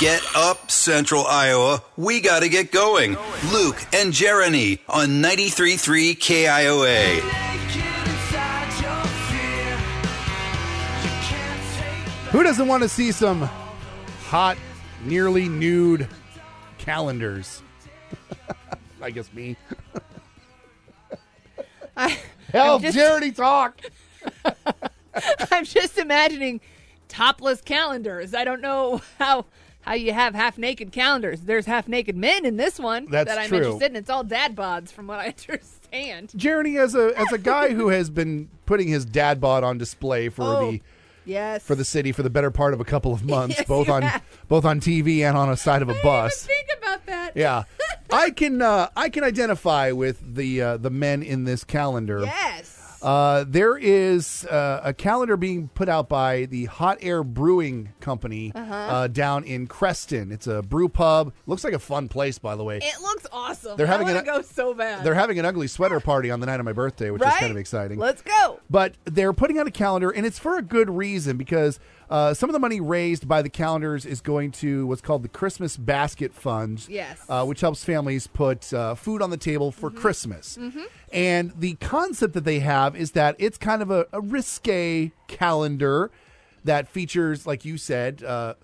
Get up, Central Iowa. We got to get going. Luke and Jeremy on 93.3 KIOA. Who doesn't want to see some hot, nearly nude calendars? I guess me. I, Hell, I'm just- Charity talk. I'm just imagining topless calendars. I don't know how how you have half naked calendars. There's half naked men in this one That's that I'm true. interested in. It's all dad bods, from what I understand. Jeremy, as a as a guy who has been putting his dad bod on display for Oh, the Yes. for the city for the better part of a couple of months, Yes, both you on have. both on TV and on a side of a bus. I didn't even think about that. Yeah, I can uh, I can identify with the uh, the men in this calendar. Yes. Uh, there is uh, a calendar being put out by the Hot Air Brewing Company Uh-huh. uh down in Creston. It's a brew pub. Looks like a fun place, by the way. It looks awesome. They're having I want an- to go so bad. They're having an ugly sweater party on the night of my birthday, which right? is kind of exciting. Let's go. but they're putting out a calendar, and it's for a good reason because uh, some of the money raised by the calendars is going to what's called the Christmas Basket Fund. Yes. Uh, which helps families put uh, food on the table for Christmas. And the concept that they have is that it's kind of a, a risque calendar that features, like you said, uh,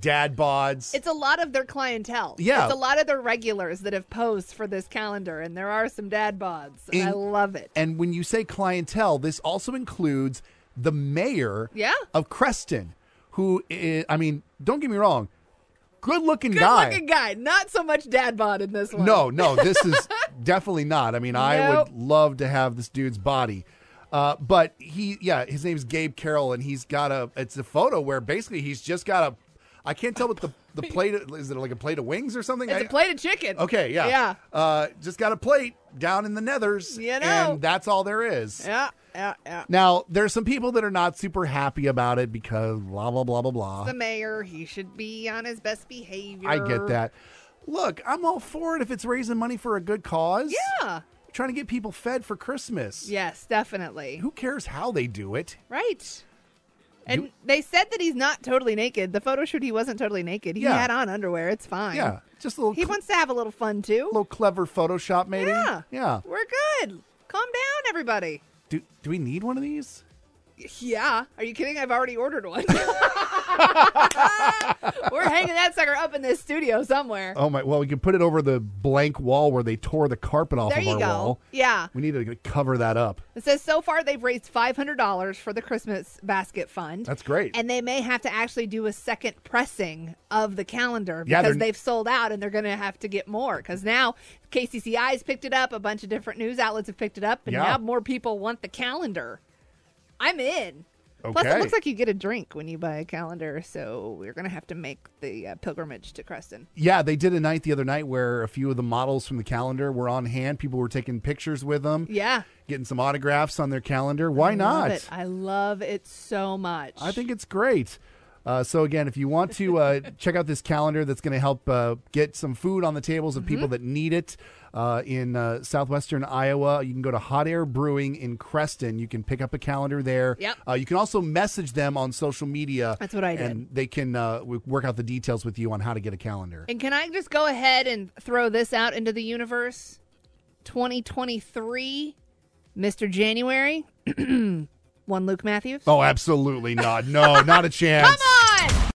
dad bods. It's a lot of their clientele. Yeah. It's a lot of their regulars that have posed for this calendar, and there are some dad bods. and I In- love it. And when you say clientele, this also includes the mayor Yeah. of Creston, who i I mean, don't get me wrong, good looking Good guy. looking guy. Not so much dad bod in this one. No, no, this is definitely not. I mean, I Nope. would love to have this dude's body. Uh, but he, yeah, his name's Gabe Carroll, and he's got a. It's a photo where basically he's just got a. I can't tell what the the plate is. It like a plate of wings or something. It's I- a plate of chicken. Okay, yeah, Yeah. Uh, just got a plate down in the nethers, You know. and that's all there is. Yeah, yeah, yeah. Now, there's some people that are not super happy about it because blah blah blah blah blah. The mayor, he should be on his best behavior. I get that. Look, I'm all for it if it's raising money for a good cause. Yeah. Trying to get people fed for Christmas. Yes, definitely. Who cares how they do it? Right. And they said that he's not totally naked. The photo shoot, he wasn't totally naked. He Yeah. had on underwear. It's fine. Yeah. Just a little He cl- wants to have a little fun too. little clever Photoshop maybe. yeah. Yeah. We're good. Calm down, everybody. Do do we need one of these? Yeah. Are you kidding? I've already ordered one. We're hanging that sucker up in this studio somewhere. Oh my well, we could put it over the blank wall where they tore the carpet off there of you our go. wall. Yeah. We need to cover that up. It says so far they've raised $500 for the Christmas basket fund. That's great. And they may have to actually do a second pressing of the calendar Yeah, because they're- they've sold out and they're going to have to get more because now KCCI's picked it up, a bunch of different news outlets have picked it up, and Yeah. now more people want the calendar. I'm in. Plus, Okay. it looks like you get a drink when you buy a calendar, so we're going to have to make the uh, pilgrimage to Creston. Yeah, they did a night the other night where a few of the models from the calendar were on hand. People were taking pictures with them. Yeah. Getting some autographs on their calendar. Why Love not? it. I love it so much. I think it's great. Uh, so again, if you want to uh, check out this calendar, that's going to help uh, get some food on the tables of Mm-hmm. people that need it uh, in uh, southwestern Iowa. You can go to Hot Air Brewing in Creston. You can pick up a calendar there. Yep. Uh, you can also message them on social media. That's what I did. And they can uh, w- work out the details with you on how to get a calendar. And can I just go ahead and throw this out into the universe? 2023, Mr. January, one Luke Matthews. Oh, absolutely not. No, not a chance.